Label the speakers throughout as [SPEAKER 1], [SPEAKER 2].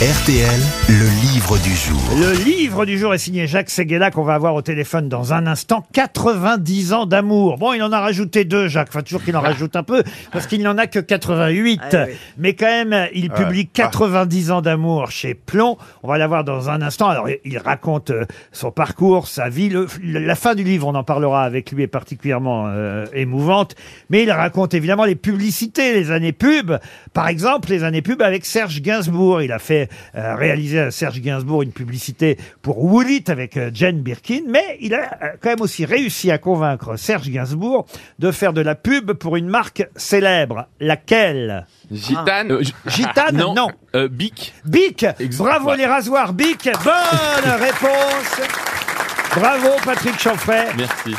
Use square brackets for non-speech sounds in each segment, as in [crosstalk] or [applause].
[SPEAKER 1] RTL, le livre du jour.
[SPEAKER 2] Le livre du jour est signé Jacques Seguela qu'on va avoir au téléphone dans un instant. 90 ans d'amour. Bon, il en a rajouté deux, Jacques. Enfin, toujours qu'il en rajoute un peu, parce qu'il n'en a que 88.
[SPEAKER 3] Ah oui.
[SPEAKER 2] Mais quand même, il publie 90 ans d'amour chez Plomb. On va l'avoir dans un instant. Alors, il raconte euh, son parcours, sa vie. Le- la fin du livre, on en parlera avec lui, est particulièrement euh, émouvante. Mais il raconte évidemment les publicités, les années pub. Par exemple, les années pub avec Serge Gainsbourg. Il a fait euh, réaliser à Serge Gainsbourg une publicité pour Woolit avec euh, Jane Birkin. Mais il a euh, quand même aussi réussi à convaincre Serge Gainsbourg de faire de la pub pour une marque célèbre. Laquelle
[SPEAKER 4] Gitane Euh, G-
[SPEAKER 2] Gitane
[SPEAKER 4] Non.
[SPEAKER 2] Non.
[SPEAKER 4] Euh, Bic
[SPEAKER 2] Bic
[SPEAKER 4] Exact.
[SPEAKER 2] Bravo
[SPEAKER 4] Ouais.
[SPEAKER 2] les rasoirs Bic
[SPEAKER 5] [laughs]
[SPEAKER 2] Bonne réponse Bravo Patrick Chanfray
[SPEAKER 4] Merci.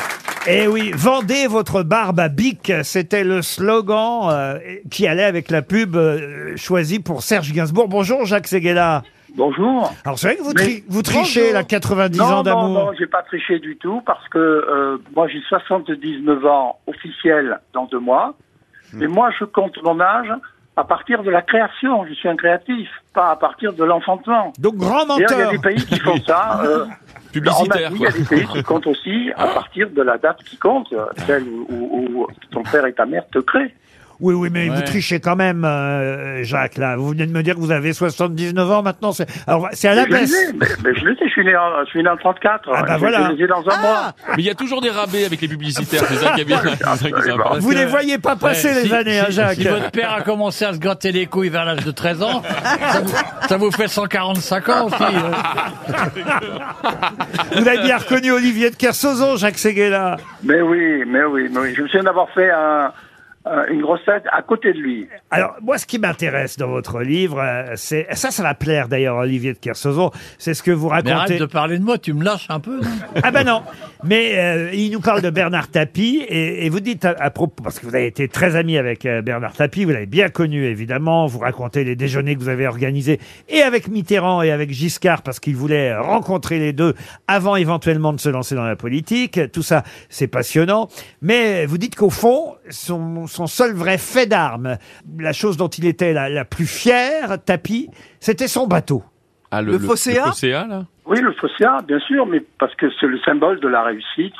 [SPEAKER 2] Eh oui, vendez votre barbe à Bic, c'était le slogan euh, qui allait avec la pub euh, choisie pour Serge Gainsbourg. Bonjour Jacques Seguela.
[SPEAKER 6] Bonjour.
[SPEAKER 2] Alors c'est vrai que vous,
[SPEAKER 6] Mais-
[SPEAKER 2] tri- vous trichez
[SPEAKER 6] Bonjour.
[SPEAKER 2] la 90 ans
[SPEAKER 6] non, non,
[SPEAKER 2] d'amour.
[SPEAKER 6] non, j'ai pas triché du tout parce que euh, moi j'ai 79 ans officiels dans deux mois.
[SPEAKER 2] Hmm.
[SPEAKER 6] Mais moi je compte mon âge à partir de la création. Je suis un créatif, pas à partir de l'enfantement.
[SPEAKER 2] Donc grand
[SPEAKER 6] D'ailleurs, il y a
[SPEAKER 2] menteur.
[SPEAKER 6] des pays qui font ça.
[SPEAKER 2] [laughs]
[SPEAKER 6] euh, en
[SPEAKER 4] Publicitaire,
[SPEAKER 6] Asie, il y
[SPEAKER 4] quoi.
[SPEAKER 6] a des pays qui comptent aussi à partir de la date qui compte, euh, celle où, où- où ton père et ta mère te créent.
[SPEAKER 2] Oui, oui, mais vous
[SPEAKER 4] Ouais.
[SPEAKER 2] trichez quand même, euh, Jacques, là. Vous venez de me dire que vous avez 79 ans maintenant. C'est alors, c'est à la
[SPEAKER 6] Mais je
[SPEAKER 2] baisse.
[SPEAKER 6] les ai, mais, mais je les ai, je suis né en, je suis né en 34.
[SPEAKER 2] Ah, bah
[SPEAKER 6] je,
[SPEAKER 2] voilà.
[SPEAKER 6] je les ai dans un
[SPEAKER 2] Ah,
[SPEAKER 6] mois.
[SPEAKER 4] [laughs] Mais il y a toujours des rabais avec les publicitaires, c'est ça qui est
[SPEAKER 6] [laughs]
[SPEAKER 4] bien. c'est ça qui est sympa.
[SPEAKER 2] Vous les voyez pas passer
[SPEAKER 5] Ouais,
[SPEAKER 2] les
[SPEAKER 5] si-
[SPEAKER 2] années, hein,
[SPEAKER 5] si-
[SPEAKER 2] Jacques.
[SPEAKER 5] Si votre père a commencé à se gratter les couilles vers l'âge de 13 [laughs] ans, ça vous, ça vous fait 145 ans [laughs] aussi. euh.
[SPEAKER 2] Vous avez bien reconnu Olivier de Kersauzon, Jacques Seguela.
[SPEAKER 6] Mais oui, mais oui, mais oui. Je me souviens d'avoir fait un- un- une grosse tête à côté de lui.
[SPEAKER 2] Alors, moi, ce qui m'intéresse dans votre livre, euh, c'est ça, ça va plaire d'ailleurs, à Olivier de Kersauzon. C'est ce que vous
[SPEAKER 5] Mais
[SPEAKER 2] racontez.
[SPEAKER 5] arrête de parler de moi, tu me lâches un peu. hein. non
[SPEAKER 2] Ah ben non, mais euh, il nous parle de Bernard Tapie et, et vous dites à, à propos, parce que vous avez été très ami avec euh, Bernard Tapie, vous l'avez bien connu évidemment, vous racontez les déjeuners que vous avez organisés et avec Mitterrand et avec Giscard parce qu'il voulait euh, rencontrer les deux avant éventuellement de se lancer dans la politique, tout ça c'est passionnant, mais vous dites qu'au fond, son, son seul vrai fait d'armes, la chose dont il était la, la plus fière, Tapie, c'était son bateau.
[SPEAKER 4] Ah,
[SPEAKER 3] Le Phocéa
[SPEAKER 4] Le Phocéa, là
[SPEAKER 6] Oui, le Fossia, bien sûr, mais parce que c'est le symbole de la réussite.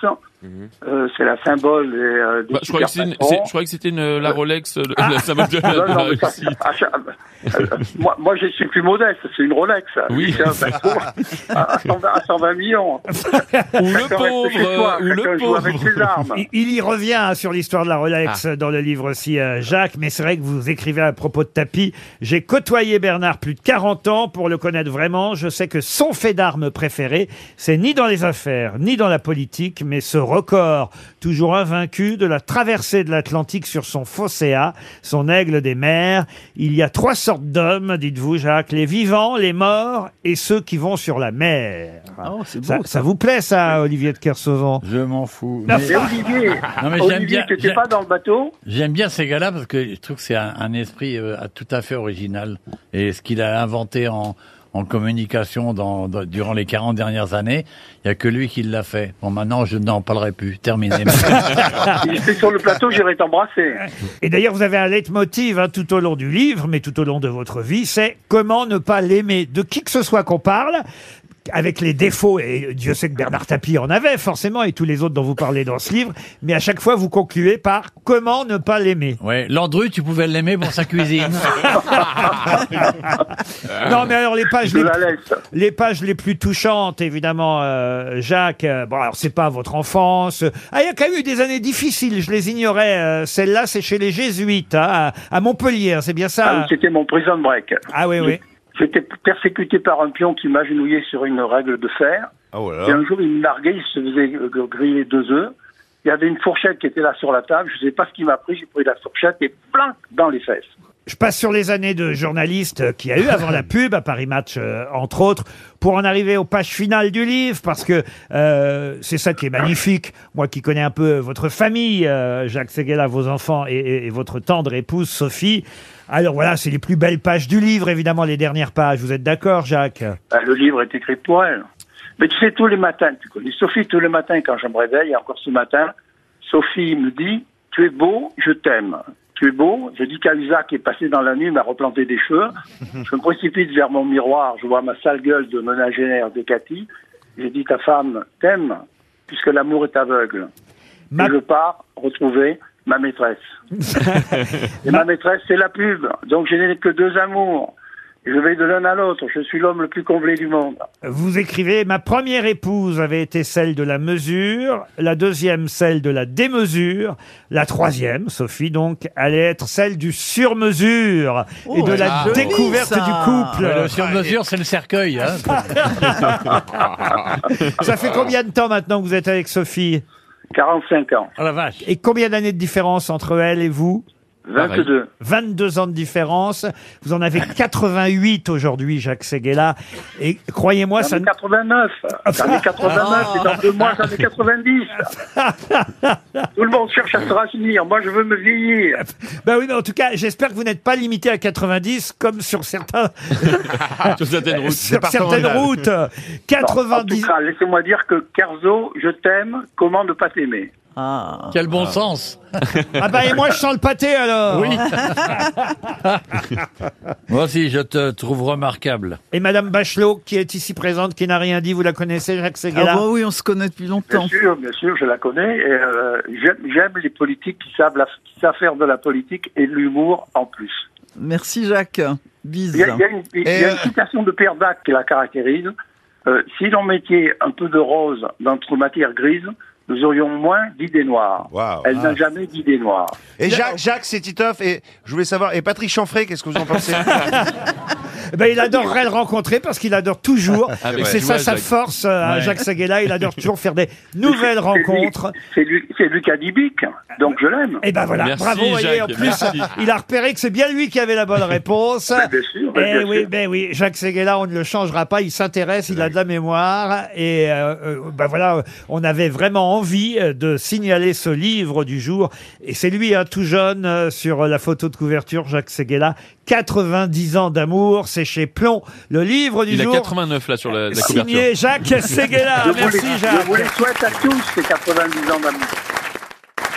[SPEAKER 6] Euh, c'est la symbole des. euh, des
[SPEAKER 4] Mhm. Bah, Je croyais que c'était une-
[SPEAKER 6] super patrons.
[SPEAKER 4] c'est- je croyais que c'était une- euh, la Rolex, le- [laughs] la symbole de la-
[SPEAKER 6] Ah, Non,
[SPEAKER 4] de la
[SPEAKER 6] non, mais ça-
[SPEAKER 4] réussite.
[SPEAKER 6] ah, ça- euh, euh, moi, moi, je suis plus modeste, c'est une Rolex.
[SPEAKER 4] Oui.
[SPEAKER 6] C'est un bateau
[SPEAKER 4] [laughs]
[SPEAKER 6] à, 120, à 120 millions.
[SPEAKER 4] Ou le
[SPEAKER 6] Chacun reste chez
[SPEAKER 4] pauvre, euh,
[SPEAKER 6] soi,
[SPEAKER 4] ou
[SPEAKER 6] chacun
[SPEAKER 4] le
[SPEAKER 6] joue avec ses
[SPEAKER 4] pauvre.
[SPEAKER 6] armes.
[SPEAKER 2] Il, il y revient hein, sur l'histoire de la Rolex euh, dans le livre aussi, euh, Jacques, mais c'est vrai que vous écrivez à propos de tapis. J'ai côtoyé Bernard plus de 40 ans pour le connaître vraiment. Je sais que son fait d'armes préféré, c'est ni dans les affaires, ni dans la politique, mais ce record, toujours invaincu, de la traversée de l'Atlantique sur son Phocéa, son aigle des mers. Il y a trois sortes d'hommes, dites-vous, Jacques, les vivants, les morts et ceux qui vont sur la mer.
[SPEAKER 5] Ah
[SPEAKER 2] ça, ça vous plaît, ça, Olivier de Kersauzon
[SPEAKER 5] Je m'en fous.
[SPEAKER 2] Non,
[SPEAKER 5] Mais
[SPEAKER 6] Et Olivier,
[SPEAKER 5] Ah, Non, mais j'aime
[SPEAKER 6] Olivier
[SPEAKER 5] bien-
[SPEAKER 6] tu n'étais
[SPEAKER 5] j'aime-
[SPEAKER 6] pas dans le bateau
[SPEAKER 5] J'aime bien ces gars-là parce que je trouve que c'est un, un esprit euh, tout à fait original. Et ce qu'il a inventé en, en communication dans, dans- durant les 40 dernières années, il n'y a que lui qui l'a fait. Bon, maintenant, je n'en parlerai plus. Terminé. [laughs] Ah.
[SPEAKER 6] Si j'étais sur le plateau, j'irais t'embrasser.
[SPEAKER 2] Et d'ailleurs, vous avez un leitmotiv hein, tout au long du livre, mais tout au long de votre vie, c'est comment ne pas l'aimer de qui que ce soit qu'on parle. Avec les défauts, et Dieu sait que Bernard Tapie en avait forcément, et tous les autres dont vous parlez dans ce livre, mais à chaque fois vous concluez par comment ne pas l'aimer.
[SPEAKER 5] ouais. Landru, tu pouvais l'aimer pour sa cuisine.
[SPEAKER 2] Non, mais alors les pages
[SPEAKER 6] Ah. Je
[SPEAKER 2] les,
[SPEAKER 6] la
[SPEAKER 5] Ah.
[SPEAKER 6] laisse.
[SPEAKER 2] les pages les plus touchantes, évidemment, euh, Jacques. euh, bon, alors c'est pas votre enfance. Ah, il y a quand même eu des années difficiles, je les ignorais. euh, Celle-là, c'est chez les Jésuites, hein, à, à Montpellier, c'est bien
[SPEAKER 6] Ah oui,
[SPEAKER 2] ça.
[SPEAKER 6] C'était mon prison break.
[SPEAKER 2] Ah oui, oui.
[SPEAKER 6] J'étais persécuté par un pion qui m'agenouillait sur une règle de fer.
[SPEAKER 2] Ah.
[SPEAKER 6] Et un jour, il me larguait, il se faisait euh, griller deux œufs. Il y avait une fourchette qui était là sur la table. Je ne sais pas ce qu'il m'a pris. J'ai pris la fourchette et plein dans les fesses.
[SPEAKER 2] Je passe sur les années de journaliste euh, qu'il y a eu avant la pub, à Paris Match, euh, entre autres, pour en arriver aux pages finales du livre, parce que euh, c'est ça qui est magnifique. Moi qui connais un peu votre famille, euh, Jacques Seguela, vos enfants et, et- et votre tendre épouse, Sophie. Alors voilà, c'est les plus belles pages du livre, évidemment, les dernières pages. Vous êtes d'accord, Jacques
[SPEAKER 6] Ben, le livre est écrit pour elle. Mais tu sais, tous les matins, tu connais Sophie, tous les matins, quand je me réveille, et encore ce matin, Sophie me dit Tu es beau, je t'aime. Tu tu es beau. Je dis qu'à Usa, qui est passé dans la nuit, m'a replanté des cheveux. Je me précipite vers mon miroir. Je vois ma sale gueule de ménagère de Cathy. J'ai dit ta femme t'aime, puisque l'amour est aveugle.
[SPEAKER 2] Ma-
[SPEAKER 6] Et je pars retrouver ma maîtresse. Et ma maîtresse, c'est la pub. Donc je n'ai que deux amours. Je vais de l'un à l'autre. Je suis l'homme le plus comblé du monde.
[SPEAKER 2] Vous écrivez Ma première épouse avait été celle de la mesure, la deuxième celle de la démesure, la troisième, Sophie donc, allait être celle du sur-mesure et
[SPEAKER 3] Oh,
[SPEAKER 2] de la
[SPEAKER 4] ah, joli,
[SPEAKER 2] découverte
[SPEAKER 3] ça.
[SPEAKER 2] du couple.
[SPEAKER 5] Le sur-mesure, c'est le cercueil. Hein.
[SPEAKER 2] Ça fait combien de temps maintenant que vous êtes avec Sophie
[SPEAKER 6] 45 ans.
[SPEAKER 5] Oh la vache.
[SPEAKER 2] Et combien d'années de différence entre elle et vous
[SPEAKER 6] 22.
[SPEAKER 2] 22 ans de différence. Vous en avez 88 aujourd'hui, Jacques Seguela. Et croyez-moi, ça
[SPEAKER 6] J'en ai
[SPEAKER 2] ne-
[SPEAKER 6] 89. J'en ai 89. Et dans deux mois, j'en
[SPEAKER 2] [laughs]
[SPEAKER 6] ai 90. Tout le monde cherche à se rajeunir. Moi, je veux me vieillir.
[SPEAKER 2] Ben oui, mais en tout cas, j'espère que vous n'êtes pas limité à 90 comme sur certains
[SPEAKER 4] Sur certaines routes.
[SPEAKER 2] sur certaines routes.
[SPEAKER 6] Bon, en
[SPEAKER 2] 90
[SPEAKER 6] tout cas, laissez-moi dire que Carzo, je t'aime. Comment ne pas t'aimer
[SPEAKER 3] Ah.
[SPEAKER 5] Quel bon sens.
[SPEAKER 2] Ah bah et moi je sens le pâté alors.
[SPEAKER 5] Oui. [laughs] Moi aussi, je te trouve remarquable.
[SPEAKER 2] Et madame Bachelot qui est ici présente qui n'a rien dit, vous la connaissez Jacques
[SPEAKER 3] Ah
[SPEAKER 2] Seguela
[SPEAKER 3] bah oui, on se connaît depuis
[SPEAKER 6] Bien
[SPEAKER 3] longtemps.
[SPEAKER 6] sûr, bien sûr, je la connais. Et, euh, j'aime- J'aime les politiques qui savent, la- qui savent faire de la politique et de l'humour en plus.
[SPEAKER 3] Merci Jacques. Bise.
[SPEAKER 6] Il y a, il y a une, il y a
[SPEAKER 7] Et,
[SPEAKER 6] une
[SPEAKER 7] euh,
[SPEAKER 6] citation de Pierre Dac qui la caractérise. Euh, si l'on mettait un peu de rose dans notre matière grise, nous aurions moins d'idées noires.
[SPEAKER 7] Waouh.
[SPEAKER 6] Elle
[SPEAKER 2] Ah.
[SPEAKER 6] n'a jamais d'idées noires.
[SPEAKER 7] Et Jacques, Jacques, c'est Titoff. Et je voulais savoir, et Patrick Chanfray, qu'est-ce que vous en pensez
[SPEAKER 2] Eh ben, il adorerait le rencontrer parce qu'il adore toujours.
[SPEAKER 4] Ah, mais
[SPEAKER 2] c'est
[SPEAKER 4] ouais,
[SPEAKER 2] ça
[SPEAKER 4] je
[SPEAKER 2] sa
[SPEAKER 4] vois, Jacques.
[SPEAKER 2] force euh, à
[SPEAKER 5] Ouais.
[SPEAKER 2] Jacques Seguela. Il adore toujours faire des
[SPEAKER 6] [laughs]
[SPEAKER 2] nouvelles rencontres.
[SPEAKER 6] C'est lui, c'est lui qui a dit Bic, donc je l'aime.
[SPEAKER 2] Et ben voilà,
[SPEAKER 4] Merci,
[SPEAKER 2] bravo. vous voyez,
[SPEAKER 4] Jacques,
[SPEAKER 2] en plus,
[SPEAKER 4] merci.
[SPEAKER 2] il a repéré que c'est bien lui qui avait la bonne
[SPEAKER 6] [laughs]
[SPEAKER 2] réponse.
[SPEAKER 6] Mais Bien sûr, mais
[SPEAKER 2] Eh
[SPEAKER 6] bien
[SPEAKER 2] oui,
[SPEAKER 6] sûr.
[SPEAKER 2] ben oui, Jacques Seguela, on ne le changera pas. Il s'intéresse, il a de la mémoire, et euh, euh, ben voilà, euh, on avait vraiment envie euh, de signaler ce livre du jour. Et c'est lui, hein, tout jeune, euh, sur la photo de couverture, Jacques Seguela, 90 ans d'amour, c'est chez Plomb, le livre du
[SPEAKER 4] Il a
[SPEAKER 2] jour.
[SPEAKER 4] 89 là sur la, la couverture.
[SPEAKER 2] Signé Jacques Seguela.
[SPEAKER 6] Je vous les-
[SPEAKER 2] euh, Merci Jacques.
[SPEAKER 6] Je vous les souhaite à tous ces 90 ans d'amour.